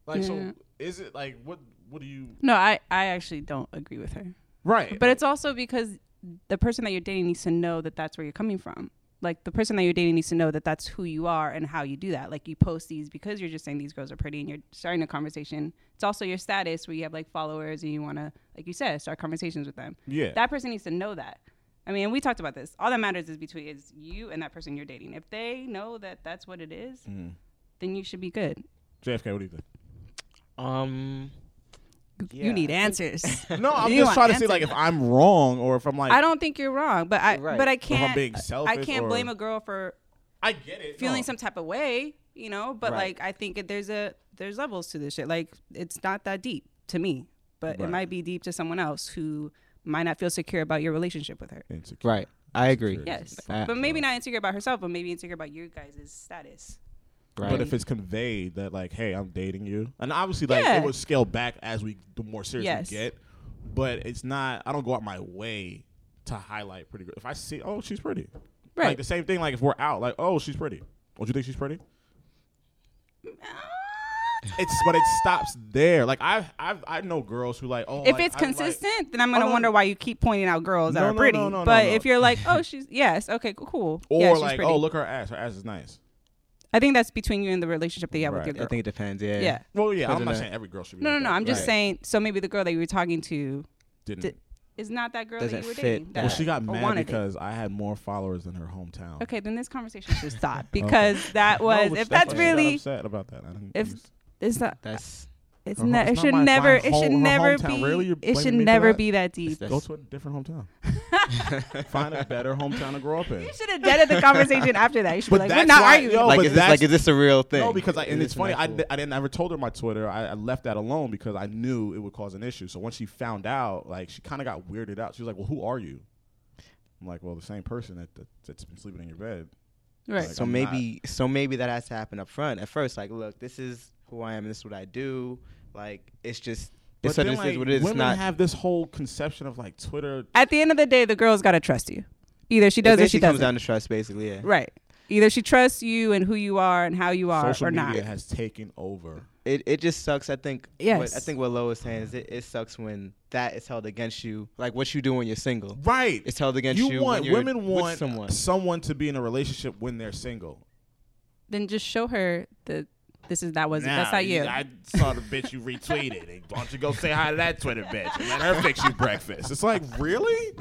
S4: Like, so is it like what? What do you?"
S3: No, I, I actually don't agree with her.
S4: Right,
S3: But it's also because the person that you're dating needs to know that that's where you're coming from. Like the person that you're dating needs to know that that's who you are and how you do that. Like you post these because you're just saying these girls are pretty and you're starting a conversation. It's also your status where you have like followers and you want to, like you said, start conversations with them.
S4: Yeah.
S3: That person needs to know that. I mean, we talked about this. All that matters is between is you and that person you're dating. If they know that that's what it is,
S4: Mm-hmm.
S3: then you should be good.
S4: JFK, what do you think?
S7: Um,
S3: You need answers.
S4: No, I'm
S3: You
S4: just
S3: want
S4: trying to see
S3: answers.
S4: like if I'm wrong or if I'm like
S3: I don't think you're wrong, but I
S5: Right.
S3: but I
S4: I'm
S3: can't
S4: being
S3: I
S4: selfish
S3: can't
S4: or-
S3: blame a girl for
S4: I get it.
S3: feeling
S4: No.
S3: some type of way, you know. But
S5: Right.
S3: like, I think it, there's a there's levels to this shit. Like, it's not that deep to me, but it
S4: Right.
S3: might be deep to someone else who might not feel secure about your relationship with her.
S4: insecure.
S5: Right. I agree.
S3: Yes,
S5: Uh,
S3: but maybe not insecure about herself, but maybe insecure about your guys' status.
S5: Right.
S4: But if it's conveyed that like, hey, I'm dating you, and obviously like
S3: Yeah.
S4: it would scale back as we the more serious
S3: Yes.
S4: we get. But it's not. I don't go out my way to highlight pretty girl. If I see, oh, she's pretty. Like
S3: Right.
S4: the same thing. Like if we're out, like, oh, she's pretty. Don't you think she's pretty?
S3: Mm,
S4: It's but it stops there. Like I've I've I know girls who like oh
S3: If
S4: like,
S3: it's
S4: I like-
S3: consistent, then I'm gonna
S4: Oh, no,
S3: wonder
S4: no.
S3: why you keep pointing out girls that
S4: No,
S3: are
S4: no,
S3: pretty.
S4: no, no, no,
S3: but
S4: no.
S3: if you're like, oh, she's yes, okay, cool, cool.
S4: or
S3: yeah, she's
S4: like
S3: pretty.
S4: oh look her ass her ass is nice.
S3: I think that's between you and the relationship that you have
S4: Right.
S3: with your girl.
S5: I think it depends. Yeah.
S3: yeah.
S4: Well yeah I'm
S5: in
S4: not
S5: a-
S4: saying every girl should be
S3: No, no,
S4: like
S3: no.
S4: that.
S3: I'm just
S4: Right.
S3: saying. So maybe the girl that you were talking to
S4: didn't
S3: did- is not that girl that
S5: Doesn't
S3: you were
S5: fit
S3: dating.
S5: that.
S4: Well, she got
S3: or
S4: mad
S3: wanted it.
S4: because I had more followers than her hometown.
S3: Okay, then this conversation should stop because that was
S4: No,
S3: if
S4: but
S3: that's
S4: she got
S3: really
S4: upset about that. I didn't-
S3: if it's not
S5: That's
S3: it's
S4: Her
S3: not
S4: home-
S3: it
S4: it's not
S3: should
S4: my- it's
S3: never
S4: my
S3: it
S4: whole-
S3: should
S4: her
S3: never
S4: hometown.
S3: be
S4: Really? You're
S3: it should
S4: blaming me for
S3: never
S4: that?
S3: be that deep.
S4: go to a different hometown. Find a better hometown to grow up in.
S3: You should have deaded the conversation after that. You should be like,
S4: But
S3: we're
S4: that's
S3: not
S4: why-
S3: arguing.
S4: yo,
S5: like
S4: but
S5: is this
S4: that's-
S5: like is this a real thing?
S4: No, because I and
S5: Is
S4: it's
S5: this an
S4: funny. I,
S5: actual-
S4: di- I didn't ever told her my Twitter. I, I left that alone because I knew it would cause an issue. So once she found out, like she kind of got weirded out. She was like, "Well, who are you?" I'm like, "Well, the same person that, that that's been sleeping in your bed."
S3: right.
S4: Like,
S5: so
S4: I'm not-
S5: maybe so maybe that has to happen up front. At first, like, look, this is who I am. This is what I do. Like, it's just
S4: But
S5: it's sort
S4: then,
S5: of just is
S4: like,
S5: what it is. It's
S4: Women
S5: not
S4: have this whole conception of like Twitter.
S3: At the end of the day, the girl's gotta trust you. Either she
S5: it
S3: does or she
S5: basically comes
S3: doesn't.
S5: down to trust, basically. Yeah.
S3: right. Either she trusts you and who you are and how you are
S4: Social
S3: or
S4: media
S3: not.
S4: has taken over.
S5: It it just sucks. I think. what-
S3: Yes.
S5: I think what Lo is saying is it, it sucks when that is held against you. Like what you do when you're single.
S4: Right.
S5: It's held against you when
S4: want
S5: you're
S4: women
S5: with
S4: want
S5: someone.
S4: to be in a relationship when they're single.
S3: Then just show her that this is that wasn't that's not you.
S4: I saw the bitch you retweeted. And why don't you go say hi to that Twitter bitch and let her fix you breakfast? It's like, really?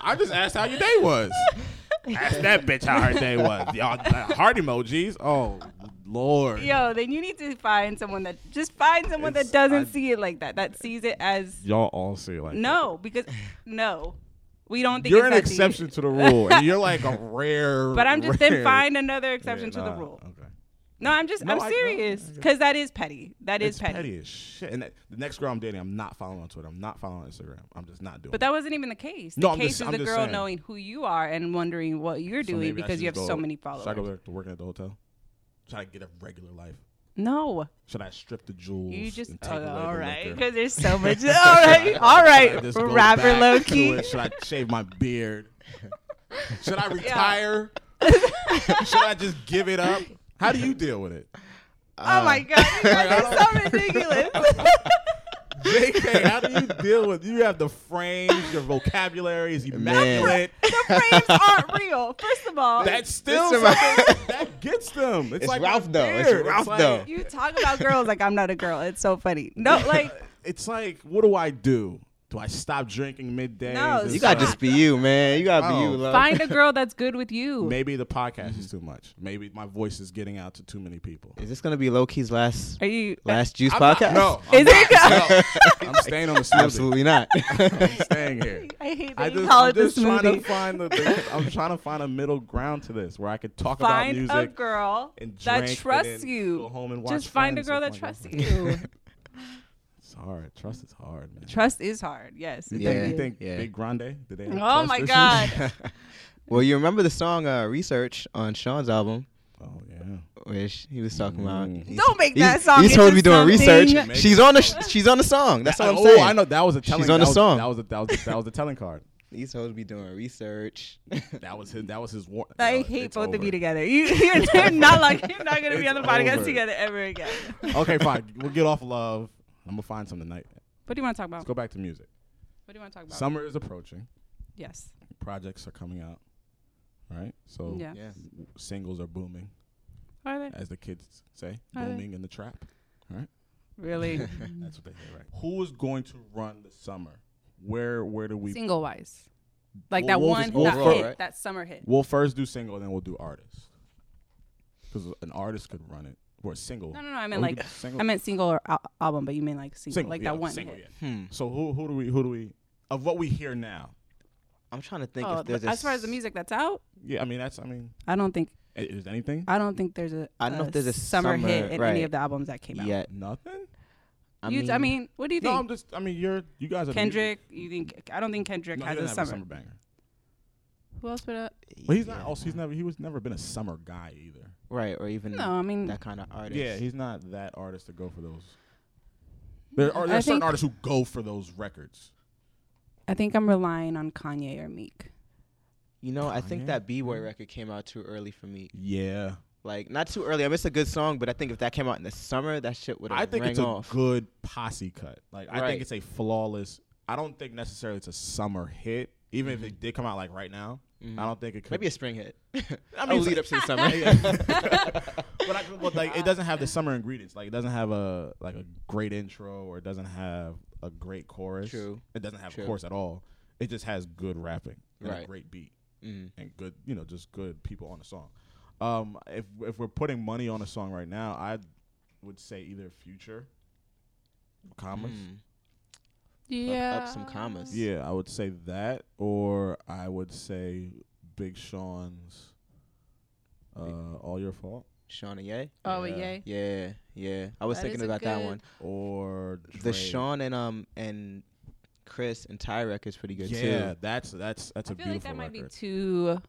S4: I just asked how your day was. Ask that bitch how her day was. Y'all uh, heart emojis. Oh lord.
S3: Yo, then you need to find someone that just find someone
S4: It's-
S3: that doesn't
S4: I-
S3: see it like that. That sees it as
S4: Y'all all see like
S3: no, because no, we don't
S4: that.
S3: think it's
S4: You're an
S3: that deep.
S4: exception to the rule, and you're like a rare.
S3: But I'm just
S4: rare-
S3: then find another exception to
S4: Yeah, nah,
S3: the rule.
S4: Okay.
S3: No, I'm just
S4: No,
S3: I'm
S4: I- no,
S3: serious
S4: I-
S3: because that is petty. That is
S4: it's
S3: petty.
S4: as shit. And that, the next girl I'm dating, I'm not following on Twitter. I'm not following on Instagram. I'm just not doing.
S3: But
S4: it.
S3: that wasn't even the case. The
S4: No, I'm
S3: case
S4: just-
S3: is
S4: I'm
S3: the
S4: just
S3: girl
S4: saying.
S3: knowing who you are and wondering what you're
S4: So
S3: doing
S4: maybe I
S3: because
S4: should
S3: you have
S4: go-
S3: so many
S4: Should I go
S3: followers.
S4: back to working at the hotel? Should I get a regular life?
S3: No,
S4: Should I strip the jewels?
S3: you just
S4: and
S3: oh,
S4: take away the
S3: all right
S4: liquor?
S3: because there's so much. all right, all
S4: Should I
S3: right,
S4: just go
S3: rapper
S4: back
S3: low
S4: to
S3: key.
S4: it? Should I shave my beard? Should I retire? Should I just give it up? How do you deal with it?
S3: Oh my
S4: Uh,
S3: god, you guys are so ridiculous.
S4: JK, how do you deal with You have the frames, your vocabulary is immaculate.
S3: the frames aren't real. First of all,
S4: That's still
S5: Listen,
S4: something that gets them. It's,
S5: It's
S4: like
S5: Ralph,
S4: my
S5: though. It's
S4: beard.
S5: Ralph,
S4: like-
S5: though.
S3: you talk about girls like I'm not a girl. It's so funny. No, like
S4: It's like, what do I do? Do I stop drinking midday?
S3: No,
S4: Is
S5: You
S4: this
S5: gotta
S4: like-
S5: just be you, man. You gotta be
S4: Oh.
S5: you. Love.
S3: find a girl that's good with you.
S4: Maybe the podcast is too much. Maybe my voice is getting out to too many people.
S5: Is this gonna be low key's last
S3: Are you?
S5: last juice
S4: I'm not-
S5: podcast?
S4: no,
S3: is it?
S4: no, I'm staying on the smoothie.
S5: absolutely not.
S4: I'm staying here.
S3: I hate that
S4: I
S3: you
S4: just,
S3: call
S4: I'm
S3: it the
S4: just trying to
S3: smoothie.
S4: find the. the- I'm trying to find a middle ground to this where I could talk
S3: Find
S4: about
S3: a
S4: music
S3: girl
S4: and drink
S3: that
S4: and
S3: trusts
S4: then
S3: you.
S4: go home and watch
S3: Just find a
S4: Friends
S3: girl
S4: with
S3: that
S4: my
S3: trusts
S4: girlfriend.
S3: you.
S4: It's hard. Trust is hard, man.
S3: Trust is hard. Yes.
S4: You
S3: it
S4: think,
S3: really
S4: you
S3: is.
S4: think
S5: Yeah.
S4: Big Grande? Did they have
S3: Oh
S4: trust
S3: my
S4: issues?
S3: God.
S5: well, you remember the song uh, "Research" on Sean's album,
S4: Oh yeah.
S5: which he was talking about.
S4: Mm-hmm.
S5: He's-
S3: Don't make
S5: he's-
S3: that song
S5: He's supposed to be
S3: into
S5: doing
S3: something.
S5: research. She's on the sh- she's on the song. That's
S4: I-
S5: what I'm
S4: oh,
S5: saying.
S4: I know that was a telling.
S5: She's on
S4: that
S5: the
S4: was-
S5: song.
S4: That was a that was a, that was a telling card.
S5: He's supposed to be doing research.
S4: That was his. That was his warning.
S3: I hate both of you together. You, you're, you're not like you're not gonna be on the
S4: It's
S3: podcast
S4: over.
S3: together ever again.
S4: okay, fine. We'll get off love. I'm gonna find something tonight.
S3: What do you want to talk about?
S4: Let's go back to music.
S3: What do you want to talk about?
S4: Summer is approaching.
S3: Yes.
S4: Projects are coming out. Right. So
S3: Yeah.
S5: yeah.
S4: singles are booming,
S3: Are they
S4: as the kids say,
S3: Are they?
S4: booming in the trap.
S3: really
S4: That's what they say, right? Who is going to run the summer? Where Where do we?
S3: single wise? Like
S4: Well,
S3: that
S4: Wolf
S3: one
S4: is- Wolf
S3: that
S4: Row,
S3: hit,
S4: right?
S3: that summer hit.
S4: We'll first do single, and then we'll do artist. Because an artist could run it, or a single.
S3: No, no, no. I
S4: Or we
S3: meant like
S4: could do single.
S3: I meant single or al- album, but you mean like single,
S4: single,
S3: like
S4: yeah,
S3: that one
S4: single,
S3: hit.
S4: yeah.
S5: Hmm.
S4: So who who do we who do we of what we hear now?
S5: I'm trying to think
S3: Oh,
S5: if there's
S3: but
S5: a
S3: as far as the
S5: s-
S3: music that's out,
S4: Yeah, I mean that's I mean
S3: I don't think
S4: i- is anything
S3: I don't think there's a
S5: I don't know
S3: a
S5: if there's a
S3: summer,
S5: summer-
S3: hit in any
S5: right.
S3: of the albums that came out.
S5: yet.
S4: nothing?
S5: I
S3: you, I mean, what do you
S4: No,
S3: think?
S4: I'm just I mean you're you guys are the music-
S3: Kendrick, you think? I don't think Kendrick
S4: No, he
S3: has a
S4: doesn't have
S3: summer.
S4: a summer banger.
S3: Who else put up?
S4: But he's not
S5: yeah.
S4: also he's never he was never been a summer guy either.
S5: right, or even
S3: No, I mean,
S5: that kind of artist.
S4: Yeah, he's not that artist to go for those. There are there
S3: I
S4: are certain
S3: think-
S4: artists who go for those records.
S3: I think I'm relying on Kanye or Meek.
S5: you know, I
S4: Kanye?
S5: think that B Boy record came out too early for me.
S4: Yeah,
S5: Like, not too early. I mean, it's a good song, but I think if that came out in the summer, that shit would have
S4: I think
S5: rang
S4: it's a
S5: off.
S4: good posse cut. Like I
S5: Right.
S4: think it's a flawless. I don't think necessarily it's a summer hit, even if it did come out like right now. I don't think it could
S5: Mm-hmm. Maybe a spring hit. I
S4: mean,
S5: mean, lead up
S4: it's-
S5: to the summer.
S4: but, I, but like it doesn't have the summer ingredients. Like it doesn't have a like a great intro or it doesn't have a great chorus.
S5: True.
S4: It doesn't have
S5: True.
S4: a chorus at all. It just has good rapping and a
S5: Right.
S4: great beat
S5: Mm.
S4: and good, you know, just good people on the song. Um, if if we're putting money on a song right now, I would say either Future, commas.
S5: Mm.
S3: Yeah.
S5: Up some commas.
S4: Yeah, I would say that, or I would say Big Sean's. Uh, all your fault,
S5: Sean and Ye.
S3: Oh,
S4: Yeah.
S3: yay.
S5: Yeah, yeah. I was
S3: That is
S5: thinking
S3: a
S5: about that
S3: good-
S5: one.
S4: or
S5: The
S4: Drake.
S5: Sean and um and Chris and Ty record's pretty good
S4: yeah,
S5: too.
S4: that's that's that's a
S3: I feel like
S4: beautiful
S3: that might
S4: record.
S3: be too.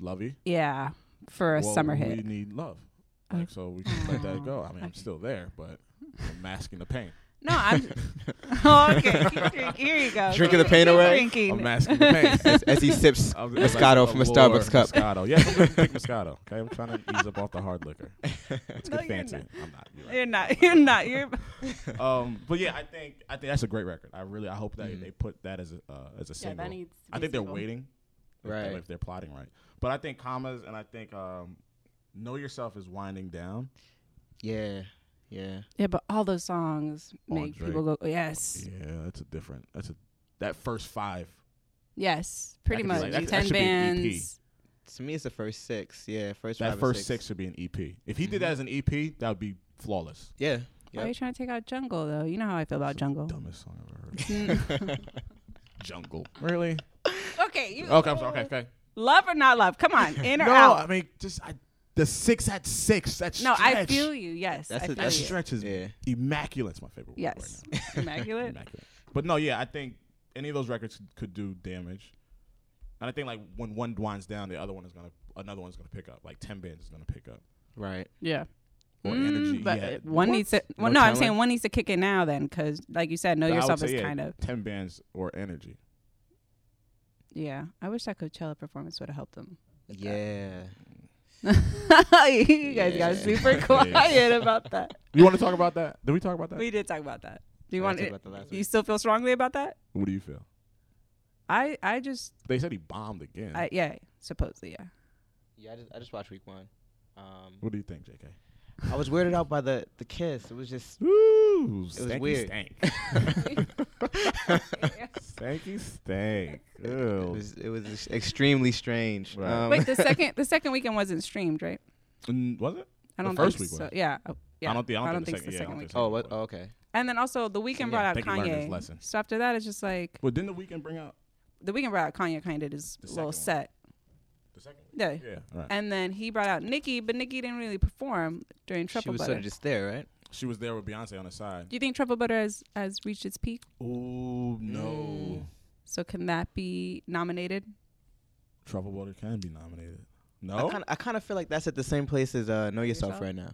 S4: Lovey
S3: Yeah, for a
S4: Well,
S3: summer
S4: We
S3: hit.
S4: need love, like so we can let that go. I mean, I'm still there, but I'm masking the pain.
S3: No, I'm. oh, okay, keep drink. here you go.
S5: Drinking the
S3: Keep
S5: pain away?
S4: I'm
S3: Drinking.
S4: masking the pain.
S5: As, as he sips
S4: I'm just like,
S5: Moscato
S4: oh,
S5: from a
S4: Lord,
S5: Starbucks cup.
S4: Moscato, yeah, I'm gonna drink Moscato. Okay, I'm trying to ease up off the hard liquor. Let's
S3: No,
S4: get
S3: you're
S4: fancy.
S3: not.
S4: I'm not. You're right.
S3: You're not. You're not. You're.
S4: Um, but yeah, I think I think that's a great record. I really I hope that
S5: Mhm.
S4: they put that as a, uh, as a
S3: Yeah,
S4: single.
S3: that needs. To
S4: I
S3: be
S4: think they're
S3: single.
S4: waiting, if they-
S5: Right.
S4: If they're plotting right, but I think commas and I think um, know yourself is winding down.
S5: Yeah, yeah.
S3: Yeah, but all those songs
S4: On
S3: make
S4: Drake.
S3: people go. Yes,
S4: Yeah, that's a different. That's a that first five.
S3: yes, pretty
S4: could be
S3: much.
S4: like- that- that
S3: Ten
S4: should be an E EP.
S3: bands.
S5: To me, it's the first six. Mm-hmm. Yeah, first
S4: That
S5: five or
S4: first six. should be an EP. If he did that as an EP, that would be flawless.
S5: Yeah,
S3: Why are you trying to take out Jungle though? You know how I feel about
S5: Oh.
S3: Jungle.
S4: Dumbest song I've ever heard. Jungle. Really?
S3: Okay, you
S4: Okay, I'm sorry. Okay, okay.
S3: love or not love? Come on, in or
S4: Oh. no,
S3: out.
S4: I mean just I, the six at six. That
S3: no,
S4: stretch.
S3: I feel you. Yes,
S5: That's
S3: I
S5: a-
S3: feel
S4: that
S5: you.
S3: you.
S4: stretch is
S5: Yeah.
S4: immaculate. It's my favorite. word
S3: Yes,
S4: Right now.
S3: immaculate.
S4: immaculate. But no, yeah, I think any of those records could do damage, and I think like when one winds down, the other one is gonna another one's gonna pick up. Like ten bands is gonna pick up.
S5: right.
S3: Yeah.
S4: Or
S3: Mm,
S4: energy.
S3: but
S4: yeah.
S3: one
S4: What?
S3: needs to.
S4: No
S3: Well, no, I'm
S4: talent?
S3: saying one needs to kick in now then, because like you said, know
S4: So I would
S3: yourself
S4: say,
S3: is
S4: yeah,
S3: kind of.
S4: ten bands or energy.
S3: Yeah, I wish that Coachella performance would have helped them.
S5: Yeah.
S3: you guys got
S5: Yeah.
S3: super quiet about that.
S4: You want to talk about that? Did we talk about that?
S3: We did talk about that. Do you
S5: Yeah, I
S3: want?
S5: talked
S3: It,
S5: about that last
S3: you
S5: week.
S3: still feel strongly about that?
S4: What do you feel?
S3: I I just
S4: They said he bombed again.
S3: I yeah supposedly yeah.
S5: Yeah, I just I just watched week one. Um,
S4: what do you think, JK?
S5: I was weirded out by the the kiss. It was just
S4: Ooh,
S5: was weird.
S4: stanky stank.
S5: it
S4: Ew.
S5: was it was ex- extremely strange.
S4: Right.
S5: Um,
S3: Wait, the second the second weekend wasn't streamed, right?
S4: Mm, Was it?
S3: I
S4: The
S3: don't
S4: first
S3: think
S4: week
S3: so.
S4: was.
S3: Yeah. Oh, yeah.
S4: I don't think. I don't, think,
S3: it's the second
S4: yeah, I don't think
S3: weekend.
S4: the
S5: oh,
S4: second
S5: what?
S4: was.
S5: Oh, okay.
S3: And then also the weekend
S5: Yeah,
S3: brought
S5: I
S3: out
S4: think he learned his
S3: Kanye.
S4: lesson.
S3: So after that, it's just like
S4: Well, didn't the weekend bring out
S3: the weekend brought out Kanye kind of his
S4: The
S3: little
S4: second
S3: set.
S4: the second?
S3: Yeah.
S4: Week? Yeah. Right.
S3: And then he brought out Nicki, but Nicki didn't really perform during
S5: She
S3: Triple
S5: was
S3: Butter.
S5: sort of just there, right?
S4: She was there with Beyonce on the side.
S3: Do you think Trouble Butter has has reached its peak?
S4: Oh
S3: Mm.
S4: no,
S3: So can that be nominated?
S4: Trouble Water can be nominated.
S5: I
S4: No,
S5: kind I kind of feel like that's at the same place as uh, Know Yourself,
S3: Yourself?
S5: right now.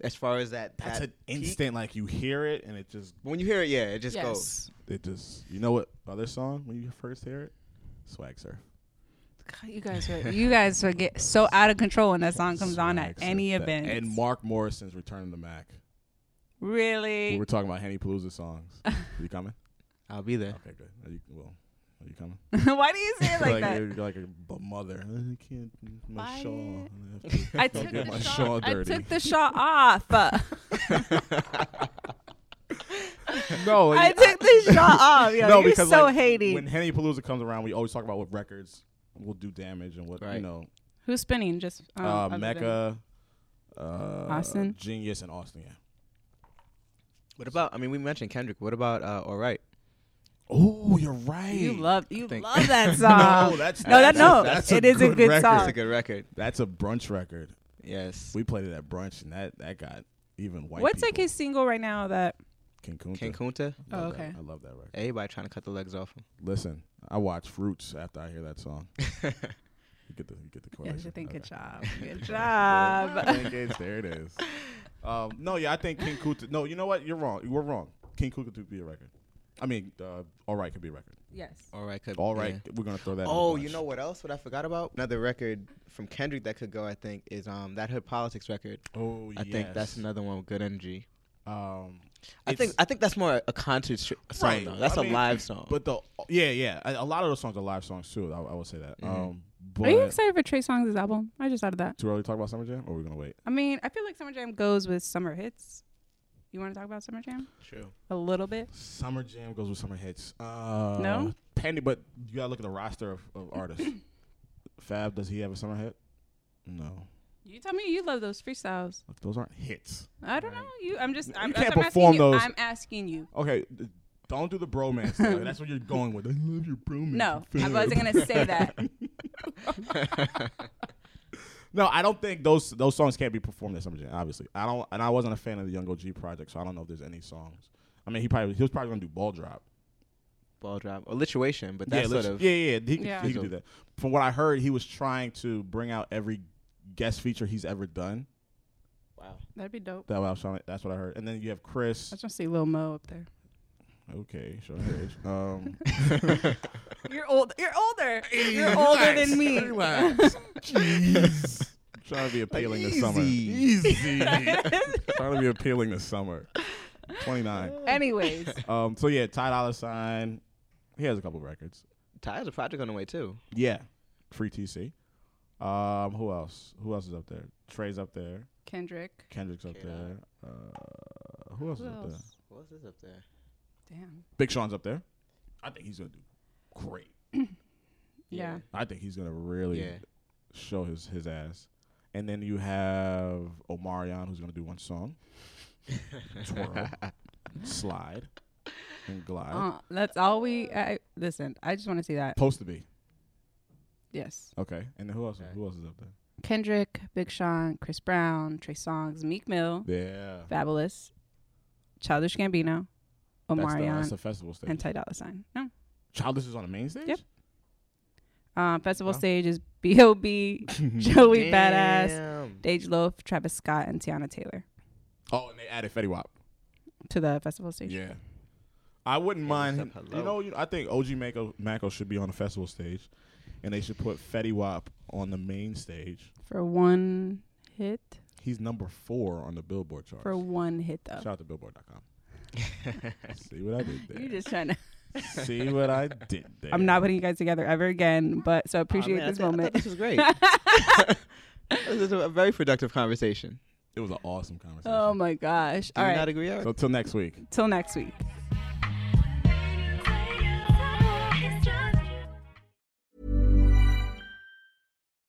S5: As far as that,
S4: that's
S5: that
S4: an
S5: peak.
S4: instant. Like you hear it, and it just,
S5: When you hear it, yeah, it just goes.
S4: it just. You know what other song when you first hear it? Swag Surf.
S3: God, You guys, are, you guys would get so out of control when that song comes on at
S4: Swag Surf.
S3: any
S4: That-
S3: event.
S4: And Mark Morrison's Return to Mac. We
S3: really,
S4: were talking about Henny Palooza songs. Are you coming?
S5: I'll be there.
S4: Okay, good. Are you well? Are you coming?
S3: why do you say it like
S4: You're
S3: that?
S4: like a b- mother. I can't. My
S3: Why
S4: shawl.
S3: did-
S4: I have to
S3: I
S4: go
S3: took
S4: get
S3: the
S4: my
S3: shawl-
S4: shawl
S3: I
S4: dirty.
S3: took the shawl off.
S4: no,
S3: I took the shawl off. Yo,
S4: no,
S3: you're
S4: because
S3: so
S4: like,
S3: hating.
S4: When Henny Palooza comes around, we always talk about what records will do damage and what you
S5: Right.
S4: know.
S3: Who's spinning? Just um, other
S4: uh,
S3: than-
S4: Mecca, uh,
S3: Austin?
S4: Genius, and Austin. Yeah.
S5: What about? I mean, we mentioned Kendrick. What about uh, All Right?
S4: Oh, you're right.
S3: You love you
S5: think-
S3: love that song. no, that, no.
S4: that's
S3: Oh, it is a good
S4: record.
S3: song.
S5: That's a good record.
S4: That's a brunch record.
S5: Yes.
S4: We played it at brunch, and that that got even white.
S3: What's
S4: people.
S3: like his single right now that
S4: King Kunta.
S5: King Kunta.
S4: Love
S3: Oh,
S4: that-
S3: okay.
S4: I love that record.
S5: Everybody trying to cut the legs off him.
S4: Listen, I watch Fruits after I hear that song. you get the you get the
S3: Yeah,
S4: correlation.
S3: I think good
S4: Okay.
S3: job. Good job.
S4: Link is- there it is. Um, no, yeah, I think King Kunta. No, you know what? You're wrong. We're wrong. King Kunta could be a record. I mean, uh, all right could be a record.
S3: yes.
S5: All right. Could,
S4: All right,
S5: yeah.
S4: we're gonna throw that. in the
S5: Oh, you
S4: bunch.
S5: know what else? What I forgot about? Another record from Kendrick that could go. I think is um that Hood Politics record.
S4: Oh,
S5: I think that's
S4: yes.
S5: another one with good energy.
S4: Um,
S5: I think
S4: it's-
S5: I think that's more a concert sh- song
S4: Right.
S5: though. That's
S4: I
S5: a
S4: mean,
S5: live song.
S4: but the yeah, yeah, a, a lot of those songs are live songs too. I, I would say
S5: Mm-hmm.
S4: that. Um, but
S3: Are you excited for Trey Songz' album? I just thought of that.
S4: Too early to talk about Summer Jam, or we're gonna wait.
S3: I mean, I feel like Summer Jam goes with summer hits. You want to talk about Summer Jam
S5: true.
S3: a little bit?
S4: Summer Jam goes with Summer Hits. Uh,
S3: No?
S4: Penny, but you gotta look at the roster of, of artists. Fab, does he have a summer hit? No.
S3: You tell me you love those freestyles.
S4: Look, those aren't hits.
S3: I don't know. You, I'm just. I'm,
S4: You can't
S3: I'm
S4: perform
S3: asking
S4: those.
S3: You. I'm asking you.
S4: Okay, d- don't do the bromance. Taylor. That's what you're going with. I love your bromance.
S3: No,
S4: with
S3: I
S4: Fab.
S3: wasn't gonna say that.
S4: No, I don't think those those songs can't be performed at Summer Jam. Obviously, I don't, and I wasn't a fan of the Young OG project, so I don't know if there's any songs. I mean, he probably he was probably gonna do Ball Drop.
S5: Ball drop or lituation, but that's
S4: yeah,
S5: sort
S4: let's-
S5: of
S4: yeah, yeah, yeah. He, could-
S3: Yeah.
S4: he could do that. From what I heard, he was trying to bring out every guest feature he's ever done.
S3: That'd be dope.
S4: That what I was trying. to- that's what I heard. And then you have Chris.
S3: I just want to see Lil Mo up there.
S4: Okay, sure. Age. Um,
S3: You're old. You're older. You're older than me.
S4: Relax. Jeez. trying to be appealing this summer.
S5: easy.
S4: Easy. trying to be appealing this summer. Twenty nine.
S3: Anyways,
S4: Um. So yeah, Ty Dolla Sign. He has a couple records.
S5: Ty has a project on the way too.
S4: Yeah. Free TC. Um. Who else? Who else is up there? Trey's up there.
S3: Kendrick.
S4: Kendrick's up there. Uh, who else
S3: Who
S4: is up there?
S3: else?
S5: What's this up there?
S3: Damn.
S4: Big Sean's up there. I think he's gonna do great.
S3: Yeah.
S4: I think he's gonna really
S5: Yeah.
S4: show his his ass. And then you have Omarion, who's gonna do one song, twirl, slide, and glide.
S3: Uh, that's all we. I, listen, I just want to see that.
S4: Supposed to be
S3: Yes.
S4: okay. And then who else? Who else is up there?
S3: Kendrick, Big Sean, Chris Brown, Trey Songz, Meek Mill,
S4: Yeah,
S3: Fabulous, Childish Gambino,
S4: that's the, that's
S3: Omarion,
S4: the festival stage.
S3: and Ty Dolla Sign. No.
S4: Childish is on the main stage.
S3: Yep. Um, festival stage is B.O.B., Joey Badass,
S5: Damn.
S3: Dage Loaf, Travis Scott, and Tiana Taylor
S4: Oh, and they added Fetty Wap.
S3: to the festival stage.
S4: Yeah. I wouldn't mind.
S5: what's
S4: him-
S5: up?
S4: You
S5: Hello.
S4: know, you, I think OG Mako, Mako should be on the festival stage, and they should put Fetty Wap on the main stage.
S3: For one hit.
S4: He's number four on the Billboard chart.
S3: For one hit,
S4: Shout
S3: though.
S4: out to Billboard.com. See what I did there.
S3: You're just trying to.
S4: See what I did there.
S3: I'm not putting you guys together ever again, but so I
S5: Aw,
S3: appreciate
S5: man, I
S3: this
S5: thi- I thought
S3: moment.
S5: This was great. this is a very productive conversation.
S4: It was an awesome conversation.
S3: Oh my gosh.
S5: Do
S3: All
S5: you
S3: right.
S5: not e- agree, Eric?
S4: so till next week.
S3: Till next week.